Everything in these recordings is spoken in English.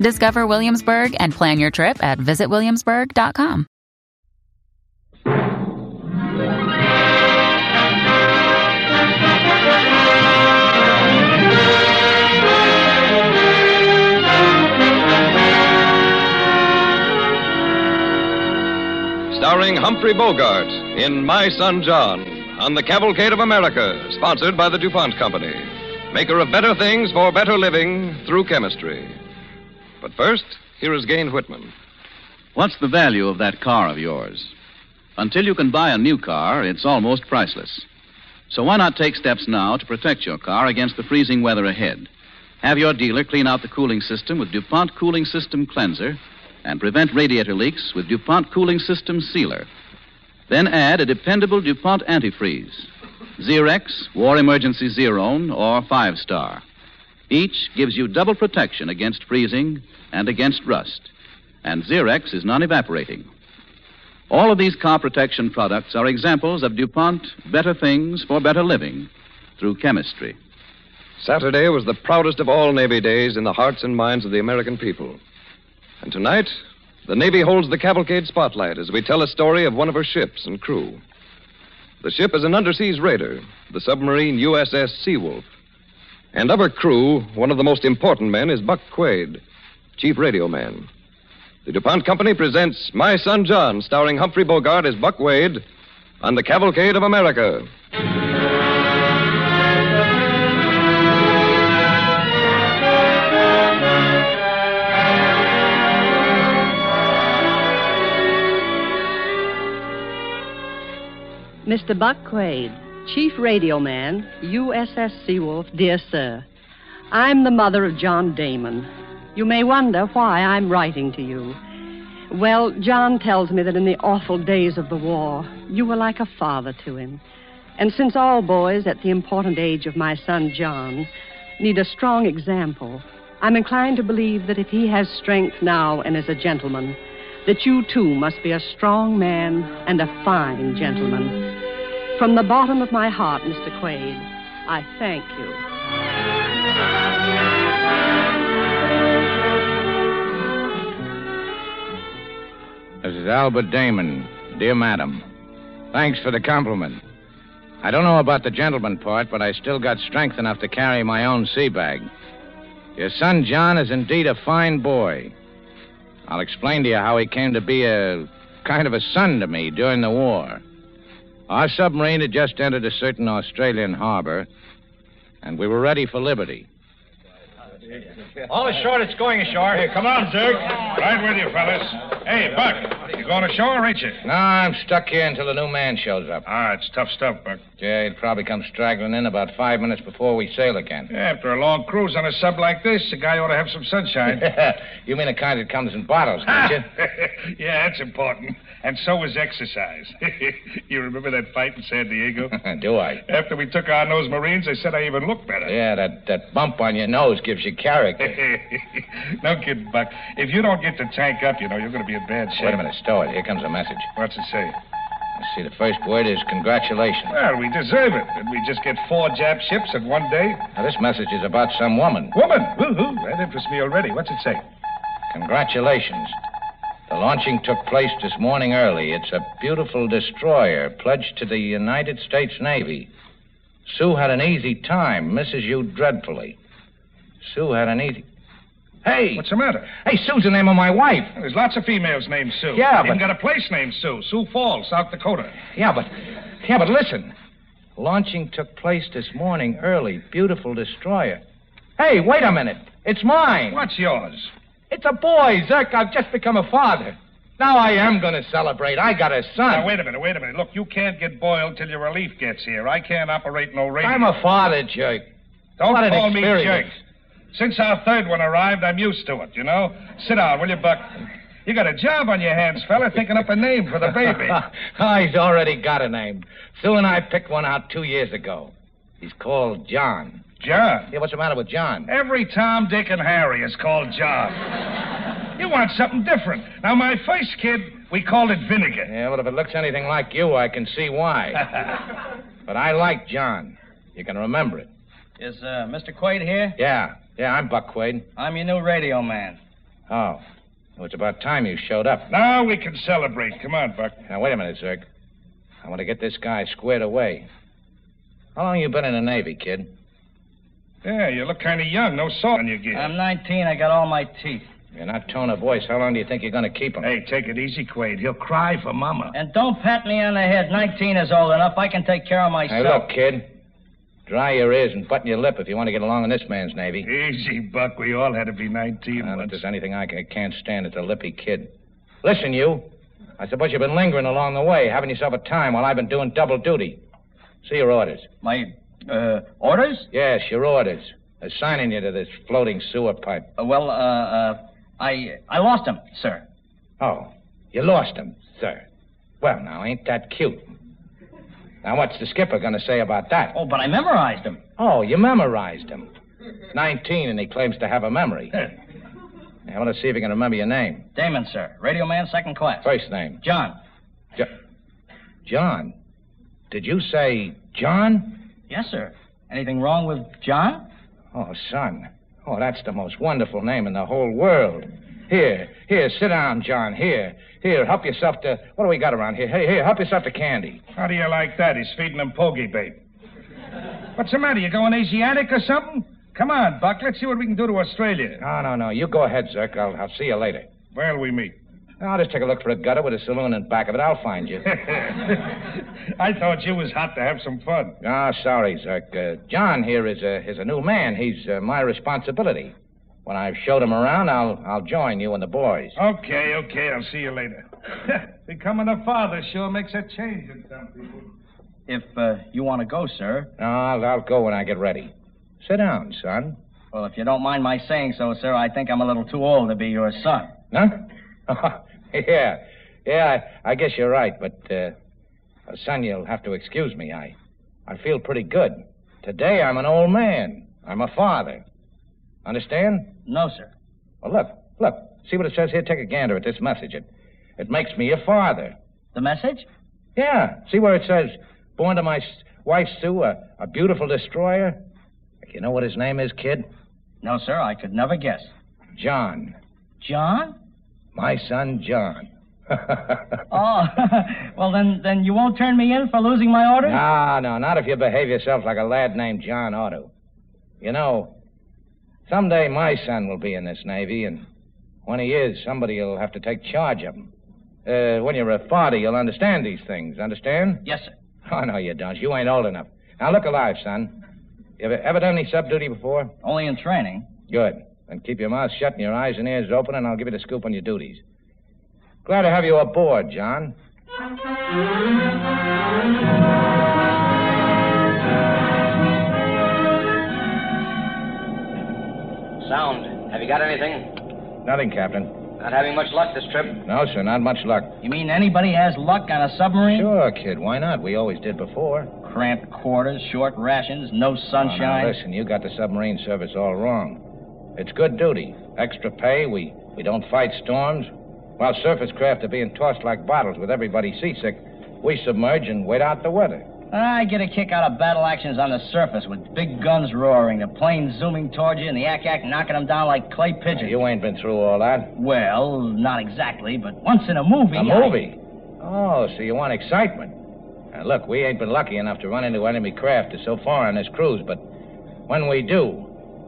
Discover Williamsburg and plan your trip at visitwilliamsburg.com. starring Humphrey Bogart in My Son John on the Cavalcade of America, sponsored by the DuPont Company, maker of better things for better living through chemistry. But first, here is Gain Whitman. What's the value of that car of yours? Until you can buy a new car, it's almost priceless. So why not take steps now to protect your car against the freezing weather ahead? Have your dealer clean out the cooling system with DuPont Cooling System Cleanser and prevent radiator leaks with DuPont Cooling System Sealer. Then add a dependable DuPont antifreeze Xerex, War Emergency Zerone, or Five Star. Each gives you double protection against freezing and against rust, and Xerex is non evaporating. All of these car protection products are examples of DuPont Better Things for Better Living through chemistry. Saturday was the proudest of all Navy days in the hearts and minds of the American people. And tonight, the Navy holds the cavalcade spotlight as we tell a story of one of her ships and crew. The ship is an underseas raider, the submarine USS Seawolf. And of her crew, one of the most important men is Buck Quaid, chief radio man. The DuPont Company presents My Son John, starring Humphrey Bogart as Buck Wade, on the Cavalcade of America. Mr. Buck Quaid, Chief Radio Man, USS Seawolf, dear sir. I'm the mother of John Damon. You may wonder why I'm writing to you. Well, John tells me that in the awful days of the war, you were like a father to him. And since all boys at the important age of my son John need a strong example, I'm inclined to believe that if he has strength now and is a gentleman, that you too must be a strong man and a fine gentleman. From the bottom of my heart, Mr. Quaid, I thank you. This is Albert Damon. Dear Madam, thanks for the compliment. I don't know about the gentleman part, but I still got strength enough to carry my own sea bag. Your son John is indeed a fine boy. I'll explain to you how he came to be a kind of a son to me during the war. Our submarine had just entered a certain Australian harbor, and we were ready for liberty. All ashore that's going ashore. Hey, come on, Zerg. Right with you, fellas. Hey, Buck, you going ashore, or ain't you? No, I'm stuck here until the new man shows up. Ah, it's tough stuff, Buck. Yeah, he'll probably come straggling in about five minutes before we sail again. Yeah, after a long cruise on a sub like this, a guy ought to have some sunshine. you mean the kind that comes in bottles, don't you? yeah, that's important. And so is exercise. you remember that fight in San Diego? Uh, Do I? After we took on those Marines, they said I even looked better. Yeah, that, that bump on your nose gives you character. no kidding, Buck. If you don't get the tank up, you know, you're going to be in bad shape. Wait a minute, stow it. Here comes a message. What's it say? I see the first word is congratulations. Well, we deserve it. Did we just get four Jap ships in one day? Now, this message is about some woman. Woman! Woo-hoo! That interests me already. What's it say? Congratulations. The launching took place this morning early. It's a beautiful destroyer pledged to the United States Navy. Sue had an easy time, misses you dreadfully. Sue had an easy. Hey! What's the matter? Hey, Sue's the name of my wife. There's lots of females named Sue. Yeah, Even but- got a place named Sue. Sioux Falls, South Dakota. Yeah, but. Yeah, but listen. Launching took place this morning early. Beautiful destroyer. Hey, wait a minute. It's mine. What's yours? It's a boy, Zerk. I've just become a father. Now I am going to celebrate. I got a son. Now, wait a minute, wait a minute. Look, you can't get boiled till your relief gets here. I can't operate no radio. I'm a father, Jerk. Don't What an call me jerk. experience. Since our third one arrived, I'm used to it, you know? Sit down, will you, Buck? You got a job on your hands, fella, thinking up a name for the baby. oh, he's already got a name. Sue and I picked one out two years ago. He's called John. John. Yeah, what's the matter with John? Every Tom, Dick, and Harry is called John. You want something different. Now, my first kid, we called it Vinegar. Yeah, well, if it looks anything like you, I can see why. but I like John. You can remember it. Is uh, Mr. Quaid here? Yeah, yeah, I'm Buck Quaid. I'm your new radio man. Oh, well, it's about time you showed up. Now we can celebrate. Come on, Buck. Now, wait a minute, Zerk. I want to get this guy squared away. How long you been in the Navy, kid? Yeah, you look kind of young. No salt on your gear. I'm 19. I got all my teeth. You're not tone of voice. How long do you think you're going to keep him? Hey, take it easy, Quaid. He'll cry for Mama. And don't pat me on the head. 19 is old enough. I can take care of myself. Hey, look, kid. Dry your ears and button your lip if you want to get along in this man's Navy. Easy, Buck. We all had to be 19 Not if once. there's anything I ca- can't stand, it's a lippy kid. Listen, you. I suppose you've been lingering along the way, having yourself a time while I've been doing double duty. See your orders. My uh, orders? Yes, your orders. Assigning you to this floating sewer pipe. Uh, well, uh, uh, I I lost them, sir. Oh, you lost him, sir. Well, now, ain't that cute? Now, what's the skipper going to say about that? Oh, but I memorized them. Oh, you memorized him. 19, and he claims to have a memory. I want to see if he can remember your name. Damon, sir. Radio man, second class. First name. John. Jo- John. Did you say John? Yes, sir. Anything wrong with John? Oh, son. Oh, that's the most wonderful name in the whole world. Here, here, sit down, John. Here, here, help yourself to. What do we got around here? Hey, here, help yourself to candy. How do you like that? He's feeding him pogey bait. What's the matter? You going Asiatic or something? Come on, Buck. Let's see what we can do to Australia. No, no, no. You go ahead, Zirk. I'll, I'll see you later. Where'll we meet? I'll just take a look for a gutter with a saloon in back of it. I'll find you. I thought you was hot to have some fun. Ah, sorry, Zirk. Uh, John here is a is a new man. He's uh, my responsibility. When I've showed him around, I'll I'll join you and the boys. Okay, okay. I'll see you later. Becoming a father sure makes a change in some people. If uh, you want to go, sir. No, I'll, I'll go when I get ready. Sit down, son. Well, if you don't mind my saying so, sir, I think I'm a little too old to be your son. Huh? yeah, yeah. I, I guess you're right, but uh, son, you'll have to excuse me. I, I feel pretty good. Today I'm an old man. I'm a father. Understand? No, sir. Well, look, look. See what it says here. Take a gander at this message. It, it makes me a father. The message? Yeah. See where it says, born to my s- wife Sue, a, a beautiful destroyer. You know what his name is, kid? No, sir. I could never guess. John. John? My son, John. Oh, well then, then you won't turn me in for losing my orders. No, no, not if you behave yourself like a lad named John Otto. You know, someday my son will be in this Navy, and when he is, somebody will have to take charge of him. Uh, when you're a father, you'll understand these things. Understand? Yes, sir. Oh, no, you don't. You ain't old enough. Now, look alive, son. You ever, ever done any sub duty before? Only in training. Good. Then keep your mouth shut and your eyes and ears open, and I'll give you the scoop on your duties. Glad to have you aboard, John. Sound. Have you got anything? Nothing, Captain. Not having much luck this trip. No, sir, not much luck. You mean anybody has luck on a submarine? Sure, kid. Why not? We always did before. Cramped quarters, short rations, no Oh, now, sunshine. listen, you got the submarine service all wrong. It's good duty. Extra pay. We, we don't fight storms. While surface craft are being tossed like bottles with everybody seasick, we submerge and wait out the weather. I get a kick out of battle actions on the surface with big guns roaring, the planes zooming toward you, and the ack ack knocking them down like clay pigeons. You ain't been through all that. Well, not exactly, but once in a movie. A I- movie. Oh, so you want excitement. Now, look, we ain't been lucky enough to run into enemy craft so far on this cruise, but when we do,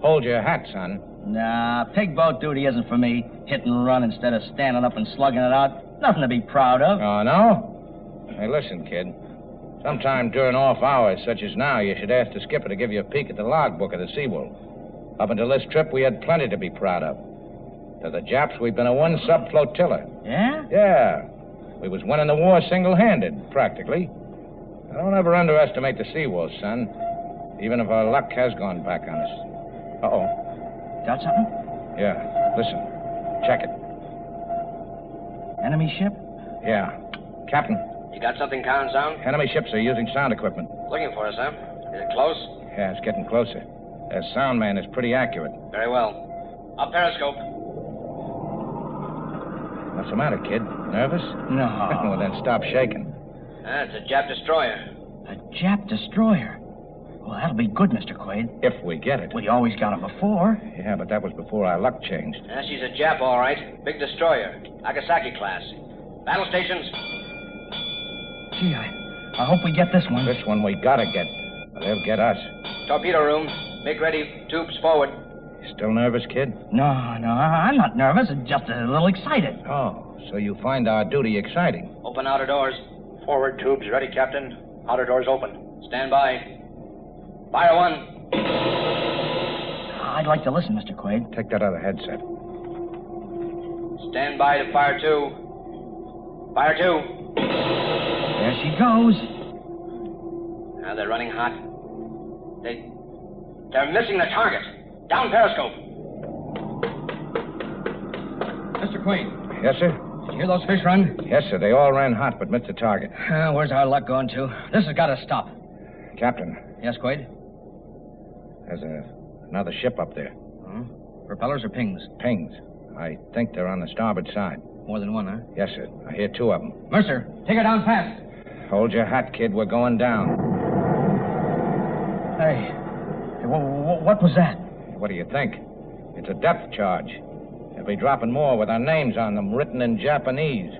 hold your hat, son. Nah, pig boat duty isn't for me. Hit and run instead of standing up and slugging it out. Nothing to be proud of. Oh, no? Hey, listen, kid. Sometime during off hours, such as now, you should ask the skipper to give you a peek at the logbook of the Seawolf. Up until this trip, we had plenty to be proud of. To the Japs, we've been a one sub flotilla. Yeah? Yeah. We was winning the war single handed, practically. I don't ever underestimate the Seawolf, son, even if our luck has gone back on us. Uh oh. Got something? Yeah, listen. Check it. Enemy ship? Yeah. Captain, You got something, Con Sound? enemy ships are using sound equipment. Looking for us, huh? Is it close? Yeah, it's getting closer. Their sound man is pretty accurate. Very well. Up periscope. What's the matter, kid? Nervous? No. well, then stop shaking. That's Ah, a Jap destroyer. a Jap destroyer. Well, that'll be good, Mr. Quaid. If we get it. Well, you always got 'em before. Yeah, but that was before our luck changed. Yeah, Ah, she's a Jap, all right. Big destroyer. Nagasaki class. Battle stations. Gee, I, I hope we get this one. This one we gotta get. Or they'll get us. Torpedo room. Make ready. Tubes forward. You still nervous, kid? No, no, I- I'm not nervous. I'm just a little excited. Oh, so you find our duty exciting. Open outer doors. Forward tubes ready, Captain. Outer doors open. Stand by. Fire one. I'd like to listen, Mr. Quaid. Take that other headset. Stand by to fire two. Fire two. There she goes. Now they're running hot. They. They're missing the target. Down periscope. Mr. Quaid, Yes, sir? did you hear those fish run? Yes, sir. They all ran hot but missed the target. Uh, where's our luck going to? This has got to stop. Captain, Yes, Quaid? there's a, another ship up there. Hmm? Propellers or pings? Pings. I think they're on the starboard side. More than one, huh? Yes, sir. I hear two of them. Mercer, take her down fast. Hold your hat, kid. We're going down. Hey, hey, wha- wha- what was that? What do you think? It's a depth charge. They'll be dropping more with our names on them, written in Japanese.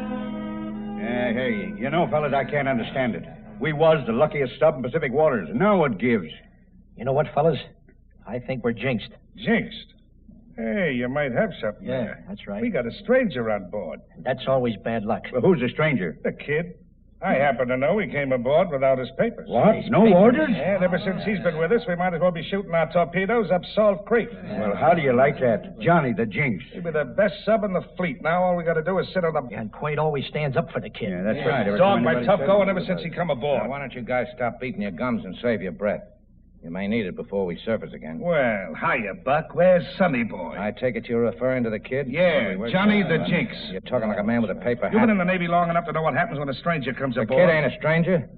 Uh, hey, you know, fellas, I can't understand it. We was the luckiest stub in Pacific waters. Now it gives. You know what, fellas? I think we're jinxed. Jinxed. Hey, you might have something Yeah, there. that's right. We got a stranger on board. That's always bad luck. Well, who's the stranger? The kid. I happen to know he came aboard without his papers. What? No orders? Yeah, and ever since he's been with us, we might as well be shooting our torpedoes up Salt Creek. Well, how do you like that? Johnny the jinx. He'll be the best sub in the fleet. Now all we got to do is sit on the And Quaid always stands up for the kid. Yeah, that's right. Every dog time by anybody tough says going anything ever about since he it. come Now, aboard. why don't you guys stop beating your gums and save your breath? You may need it before we surface again. Well, hiya, Buck. Where's Sonny Boy? I take it you're referring to the kid? Yeah, Wait, wait, Johnny wait, the wait. Jinx. You're talking like a man with a paper You've hat. been in the Navy long enough to know what happens when a stranger comes The aboard. kid ain't a stranger.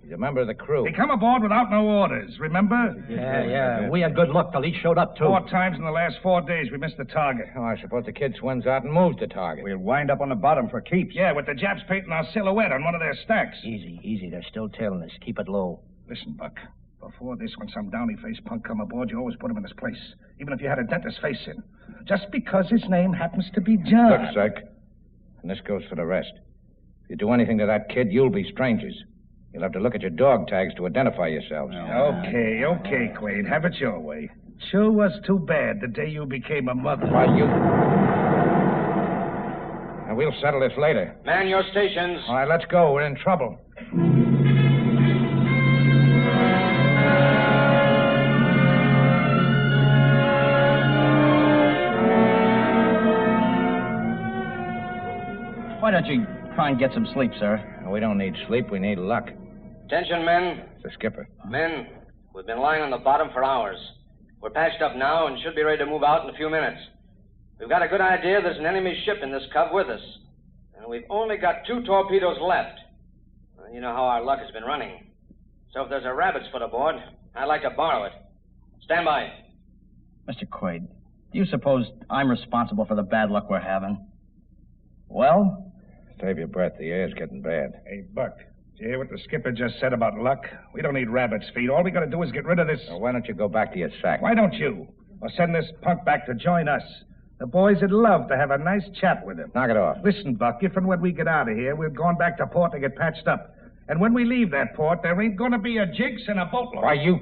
He's a member of the crew. They come aboard without no orders, remember? Yeah, yeah. We had good luck till he showed up, too. Four times in the last four days we missed the target. Oh, I suppose the kid swims out and moves the target. We'll wind up on the bottom for keeps. Yeah, with the Japs painting our silhouette on one of their stacks. Easy, easy. They're still tailing us. Keep it low. Listen, Buck. Before this, when some downy faced punk come aboard, you always put him in his place, even if you had a dentist's face in. Just because his name happens to be John. Look, Syke, and this goes for the rest. If you do anything to that kid, you'll be strangers. You'll have to look at your dog tags to identify yourselves. Okay, okay, Quaid. Have it your way. Sure was too bad the day you became a mother. Why, you... Now, we'll settle this later. Man your stations. All right, let's go. We're in trouble. Why don't you try and get some sleep, sir? Now, we don't need sleep. We need luck. Attention, men. It's the skipper. Men, we've been lying on the bottom for hours. We're patched up now and should be ready to move out in a few minutes. We've got a good idea there's an enemy ship in this cove with us. And we've only got two torpedoes left. Well, You know how our luck has been running. So if there's a rabbit's foot aboard, I'd like to borrow it. Stand by. Mr. Quaid, do you suppose I'm responsible for the bad luck we're having? Well, Save your breath. The air's getting bad. Hey, Buck. Did you hear what the skipper just said about luck? We don't need rabbit's feet. All we gotta do is get rid of this. Now, why don't you go back to your sack? Why don't you? Or send this punk back to join us. The boys would love to have a nice chat with him. Knock it off. Listen, Buck, if and when we get out of here, we're going back to port to get patched up. And when we leave that port, there ain't going to be a jinx in a boatload. Why, you...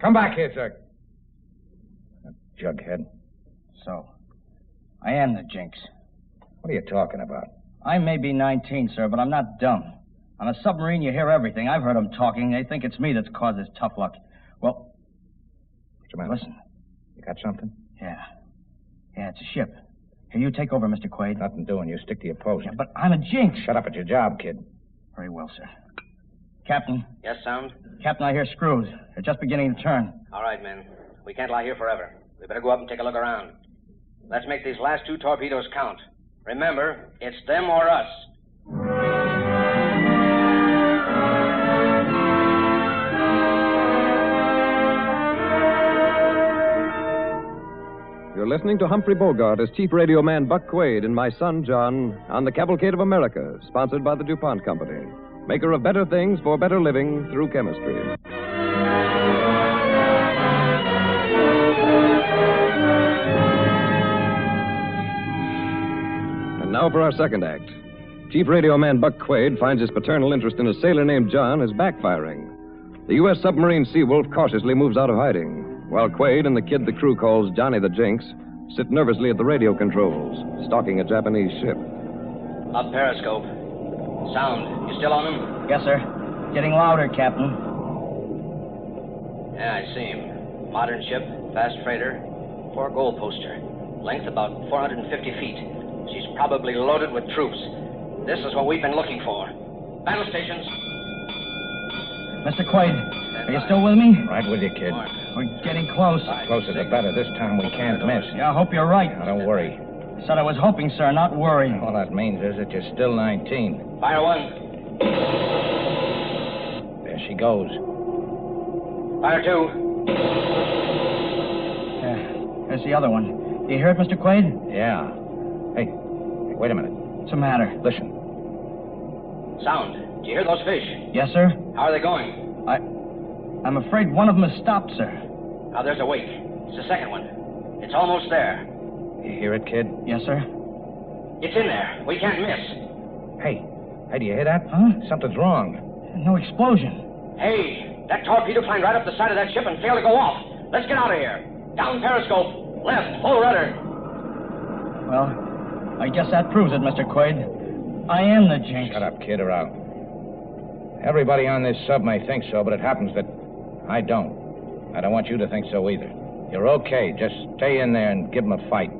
Come back here, sir. Jughead. so. I am the jinx. What are you talking about? I may be 19, sir, but I'm not dumb. On a submarine, you hear everything. I've heard 'em talking. They think it's me that's caused this tough luck. Well, What's the matter? listen. You got something? Yeah. Yeah, it's a ship. Here, you take over, Mr. Quaid. Nothing doing. You stick to your post. Yeah, but I'm a jinx. Shut up at your job, kid. Very well, sir. Captain, Yes, Sound? Captain, I hear screws. They're just beginning to turn. All right, men. We can't lie here forever. We better go up and take a look around. Let's make these last two torpedoes count. Remember, it's them or us. You're listening to Humphrey Bogart as Chief Radio Man Buck Quaid and my son John on the Cavalcade of America, sponsored by the DuPont Company, maker of better things for better living through chemistry. And now for our second act. Chief Radio Man Buck Quaid finds his paternal interest in a sailor named John is backfiring. The U.S. submarine Seawolf cautiously moves out of hiding while Quaid and the kid the crew calls Johnny the Jinx sit nervously at the radio controls, stalking a Japanese ship. Up periscope. Sound. You still on him? Yes, sir. Getting louder, Captain. Yeah, I see him. Modern ship, fast freighter, four goal poster. Length about 450 feet. She's probably loaded with troops. This is what we've been looking for. Battle stations. Mr. Quaid, are you still with me? Right with you, kid. We're getting close. Closer the better. This time we can't miss. Yeah, I hope you're right. Now, don't worry. I said I was hoping, sir, not worrying. All that means is that you're still 19. Fire one. There she goes. Fire two. Yeah. There's the other one. You hear it, Mr. Quaid? Yeah. Hey, hey, wait a minute. What's the matter? Listen. Sound. Do you hear those fish? Yes, sir? How are they going? I. I'm afraid one of them has stopped, sir. Now there's a wake. It's the second one. It's almost there. You hear it, kid? Yes, sir? It's in there. We can't miss. Hey, hey, do you hear that? Huh? Something's wrong. No explosion. Hey, that torpedo climbed right up the side of that ship and failed to go off. Let's get out of here. Down periscope. Left. Full rudder. Well, I guess that proves it, Mr. Quaid. I am the jinx. Shut up, kid, or out. Everybody on this sub may think so, but it happens that I don't. I don't want you to think so either. You're okay. Just stay in there and give 'em a fight.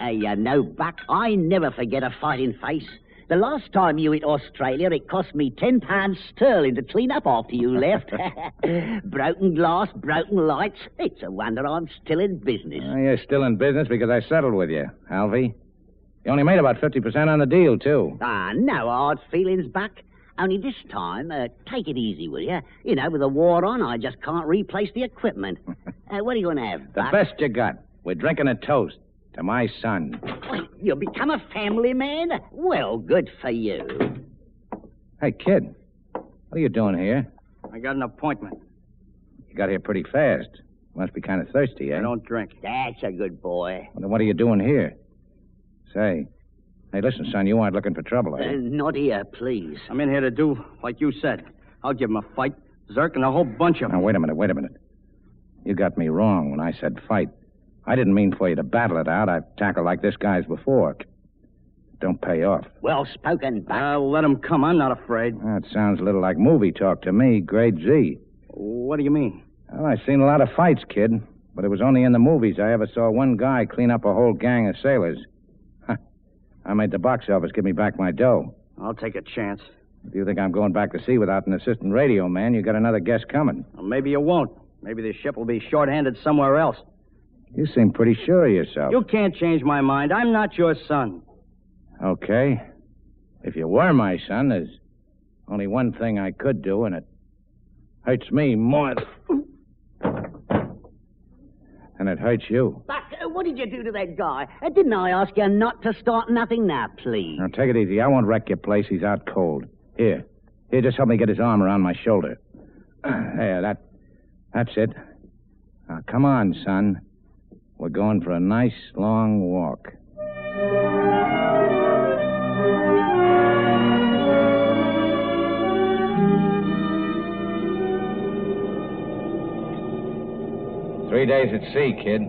Uh, you know, Buck, I never forget a fighting face. The last time you hit Australia, it cost me ten pounds sterling to clean up after you left. broken glass, broken lights. It's a wonder I'm still in business. Uh. Well, you're still in business because I settled with you, Alvy. You only made about 50% on the deal, too. Ah, no hard feelings, Buck. Only this time, uh, take it easy, will you? You know, with the war on, I just can't replace the equipment. Uh, what are you going to have, The Buck? best you got. We're drinking a toast to my son. Wait, you'll become a family man? Well, good for you. Hey, kid, what are you doing here? I got an appointment. You got here pretty fast. Must be kind of thirsty, eh? drink. That's a good boy. Well, then what are you doing here? Say, hey, listen, son, you aren't looking for trouble, are Uh, you? not here, please. I'm in here to do like you said. I'll give him a fight, Zerk, and a whole bunch of Now, wait a minute, wait a minute. You got me wrong when I said fight. I didn't mean for you to battle it out. I've tackled like this guy's before. Don't pay off. Well spoken, Buck. I'll let him come. I'm not afraid. That sounds a little like movie talk to me, grade Z. What do you mean? Well, I've seen a lot of fights, kid, but it was only in the movies I ever saw one guy clean up a whole gang of sailors. Huh. I made the box office give me back my dough. I'll take a chance. If you think I'm going back to sea without an assistant radio man, you got another guest coming. Or maybe you won't. Maybe the ship will be shorthanded somewhere else. You seem pretty sure of yourself. You can't change my mind. I'm not your son. Okay. If you were my son, there's only one thing I could do, and it hurts me more. th- And it hurts you. Buck, uh, what did you do to that guy? Uh, didn't I ask you not to start nothing now, please? Now, take it easy. I won't wreck your place. He's out cold. Here. Here, just help me get his arm around my shoulder. There, that. That's it. Now, come on, son. We're going for a nice long walk. Three days at sea, kid.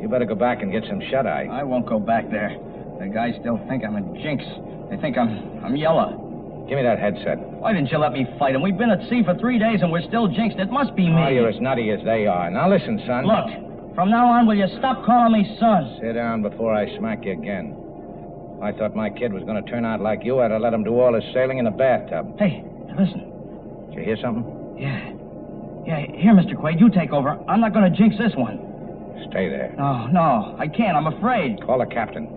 You better go back and get some shut eye. I won't go back there. The guys still think I'm a jinx. They think I'm I'm yellow. Give me that headset. Why didn't you let me fight him? We've been at sea for three days and we're still jinxed. It must be me. Oh, you're as nutty as they are. Now listen, son. Look, from now on, will you stop calling me son? Sit down before I smack you again. I thought my kid was going to turn out like you. I'd have let him do all his sailing in a bathtub. Hey, listen. Did you hear something? Yeah. Yeah, here, Mr. Quaid, you take over. I'm not going to jinx this one. Stay there. No, no, I can't. I'm afraid. Call the captain.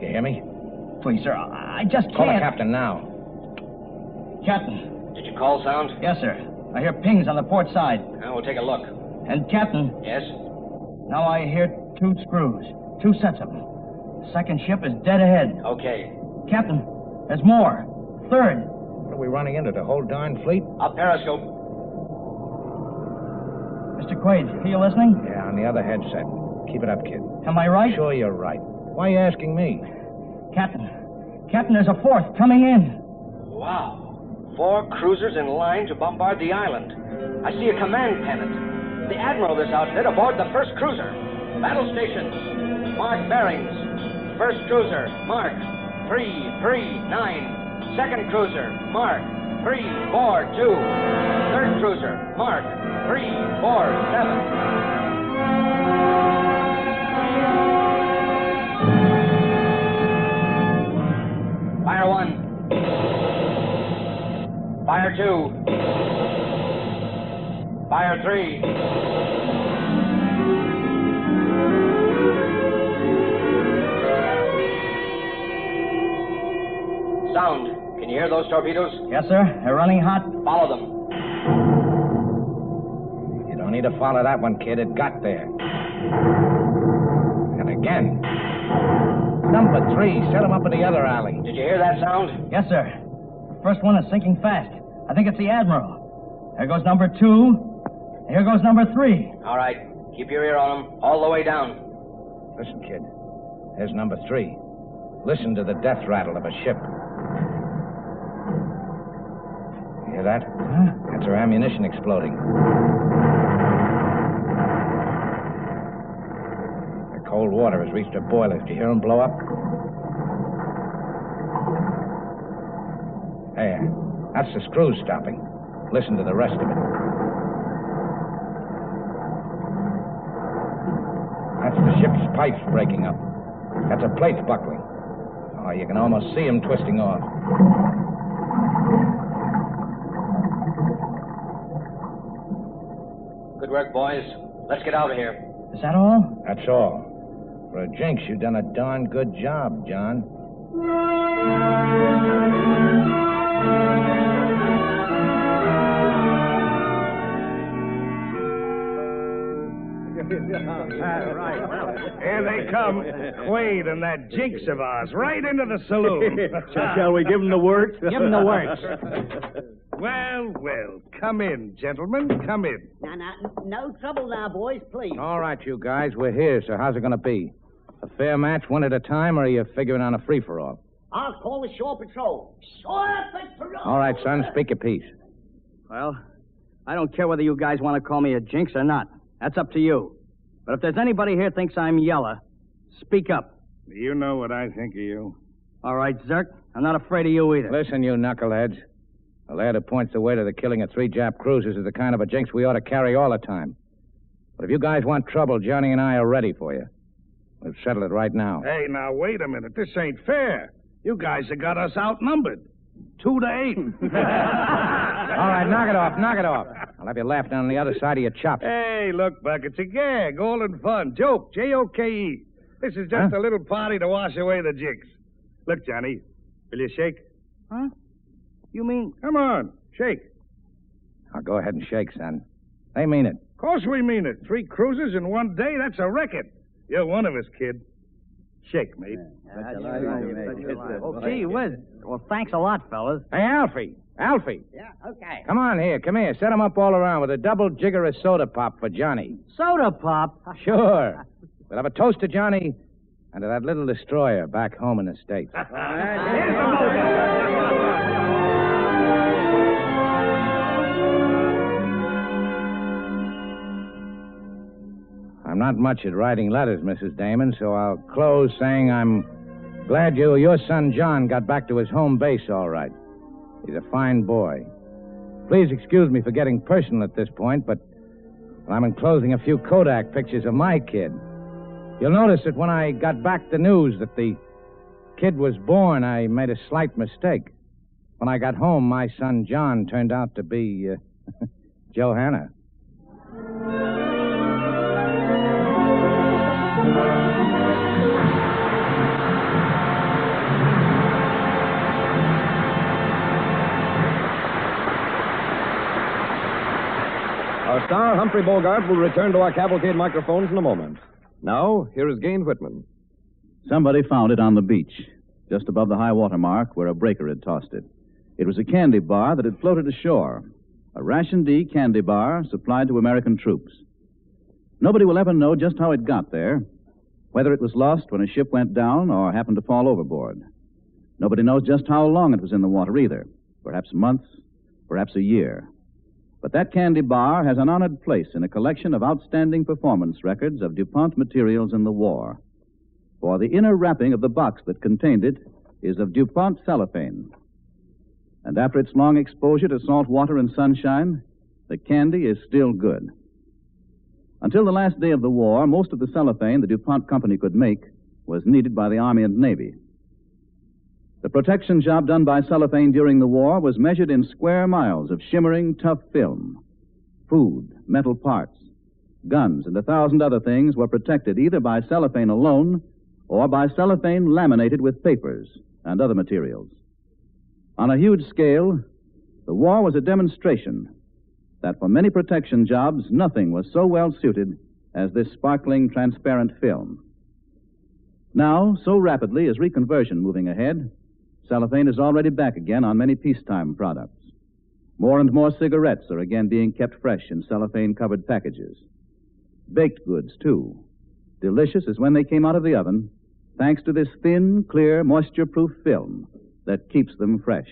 You hear me? Please, sir, I I just Call can't. the captain now. Captain. Did you call sound? Yes, sir. I hear pings on the port side. Now we'll take a look. And, Captain, Yes? now I hear two screws. Two sets of them. Second ship is dead ahead. Okay. Captain, there's more. Third. What are we running into? The whole darn fleet? Up periscope. Mr. Quaid, are you listening? Yeah, on the other headset. Keep it up, kid. Am I right? Sure, you're right. Why are you asking me? Captain. Captain, there's a fourth coming in. Wow. Four cruisers in line to bombard the island. I see a command pennant. The admiral of this outfit aboard the first cruiser. Battle stations. Mark bearings. First cruiser, mark 339. Second cruiser, mark 342. Third cruiser, mark 347. Fire one. Fire two. Fire three. Sound. Can you hear those torpedoes? Yes, sir. They're running hot. Follow them. You don't need to follow that one, kid. It got there. And again. Number three, set him up in the other alley. Did you hear that sound? Yes, sir. The first one is sinking fast. I think it's the Admiral. There goes number two. And Here goes number three. All right. Keep your ear on them all the way down. Listen, kid. There's number three. Listen to the death rattle of a ship. You hear that? Huh? That's her ammunition exploding. The cold water has reached her boiler. Did you hear 'em blow up? There. That's the screws stopping. Listen to the rest of it. That's the ship's pipes breaking up. That's a plate buckling. Oh, you can almost see 'em twisting off. Good work, boys. Let's get out of here. Is that all? That's all. For a jinx, you've done a darn good job, John. Here they come, Quaid and that jinx of ours, right into the saloon. we give him the works? Give 'em the works. well, well, come in, gentlemen, come in. No, no, no trouble now, boys, please. All right, you guys, we're here, so how's it going to be? A fair match, one at a time, or are you figuring on a free for all? I'll call the shore patrol. Shore patrol! All right, son, speak your piece. Well, I don't care whether you guys want to call me a jinx or not. That's up to you. But if there's anybody here thinks I'm yeller, speak up. You know what I think of you. All right, Zerk. I'm not afraid of you either. Listen, you knuckleheads. The lad who points the way to the killing of three Jap cruisers is the kind of a jinx we ought to carry all the time. But if you guys want trouble, Johnny and I are ready for you. We'll settle it right now. Hey, now, wait a minute. This ain't fair. You guys have got us outnumbered. Two to eight. All right, knock it off, knock it off. I'll have you laughing on the other side of your chops. Hey, look, Buck, it's a gag, all in fun. Joke, J O K E. This is just Huh? a little party to wash away the jigs. Look, Johnny, will you shake? Huh? You mean Come on, shake. Now go ahead and shake, son. They mean it. Of course we mean it. Three cruises in one day, that's a record. You're one of us, kid. Shake, mate. Gee whiz. Well, thanks a lot, fellas. Hey, Alfie. Alfie. Yeah, okay. Come on here. Come here. Set 'em up all around with a double jigger of soda pop for Johnny. Soda pop. Sure. We'll have a toast to Johnny and to that little destroyer back home in the States. I'm not much at writing letters, Mrs. Damon, so I'll close saying I'm glad you, your son John, got back to his home base all right. He's a fine boy. Please excuse me for getting personal at this point, but I'm enclosing a few Kodak pictures of my kid. You'll notice that when I got back the news that the kid was born, I made a slight mistake. When I got home, my son John turned out to be uh, Johanna. Our star, Humphrey Bogart, will return to our cavalcade microphones in a moment. Now, here is Gain Whitman. Somebody found it on the beach, just above the high water mark where a breaker had tossed it. It was a candy bar that had floated ashore, a Ration D candy bar supplied to American troops. Nobody will ever know just how it got there, whether it was lost when a ship went down or happened to fall overboard. Nobody knows just how long it was in the water either, perhaps months, perhaps a year. But that candy bar has an honored place in a collection of outstanding performance records of DuPont materials in the war. For the inner wrapping of the box that contained it is of DuPont cellophane. And after its long exposure to salt water and sunshine, the candy is still good. Until the last day of the war, most of the cellophane the DuPont Company could make was needed by the Army and Navy. The protection job done by cellophane during the war was measured in square miles of shimmering, tough film. Food, metal parts, guns, and a thousand other things were protected either by cellophane alone or by cellophane laminated with papers and other materials. On a huge scale, the war was a demonstration that for many protection jobs, nothing was so well suited as this sparkling, transparent film. Now, so rapidly is reconversion moving ahead, cellophane is already back again on many peacetime products. More and more cigarettes are again being kept fresh in cellophane covered packages. Baked goods, too. Delicious as when they came out of the oven, thanks to this thin, clear, moisture proof film that keeps them fresh.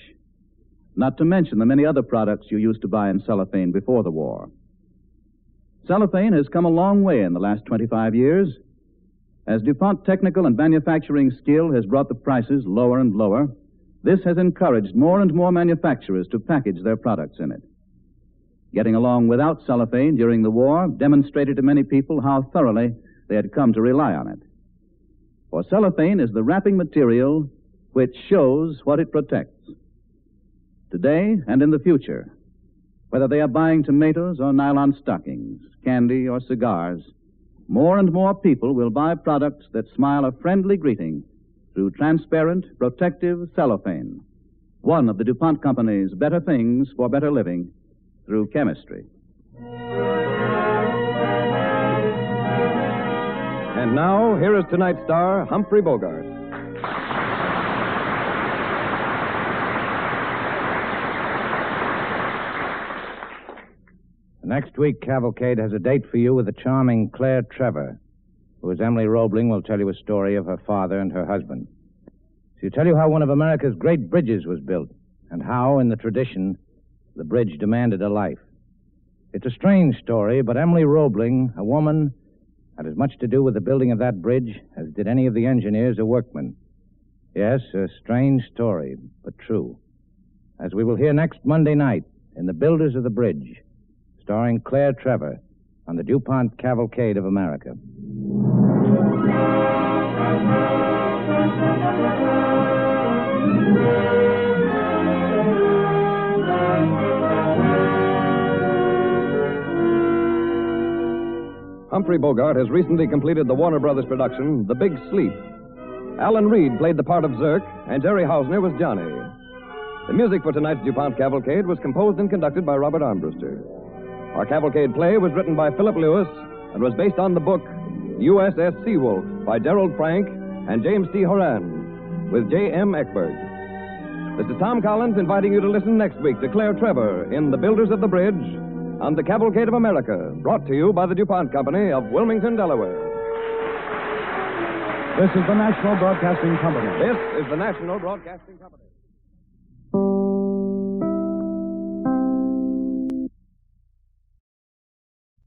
Not to mention the many other products you used to buy in cellophane before the war. Cellophane has come a long way in the last 25 years. As DuPont technical and manufacturing skill has brought the prices lower and lower, this has encouraged more and more manufacturers to package their products in it. Getting along without cellophane during the war demonstrated to many people how thoroughly they had come to rely on it. For cellophane is the wrapping material which shows what it protects. Today and in the future, whether they are buying tomatoes or nylon stockings, candy or cigars, more and more people will buy products that smile a friendly greeting through transparent, protective cellophane, one of the DuPont Company's better things for better living through chemistry. And now, here is tonight's star, Humphrey Bogart. Next week, Cavalcade has a date for you with the charming Claire Trevor, who, as Emily Roebling will tell you a story of her father and her husband. She'll tell you how one of America's great bridges was built, and how, in the tradition, the bridge demanded a life. It's a strange story, but Emily Roebling, a woman, had as much to do with the building of that bridge as did any of the engineers or workmen. Yes, a strange story, but true. As we will hear next Monday night in The Builders of the Bridge starring Claire Trevor on the DuPont Cavalcade of America. Humphrey Bogart has recently completed the Warner Brothers production, The Big Sleep. Alan Reed played the part of Zirk, and Jerry Hausner was Johnny. The music for tonight's DuPont Cavalcade was composed and conducted by Robert Armbruster. Our cavalcade play was written by Philip Lewis and was based on the book USS Seawolf by Gerald Frank and James T. Horan with J.M. Eckberg. This is Tom Collins inviting you to listen next week to Claire Trevor in The Builders of the Bridge on the Cavalcade of America, brought to you by the DuPont Company of Wilmington, Delaware. This is the National Broadcasting Company. This is the National Broadcasting Company.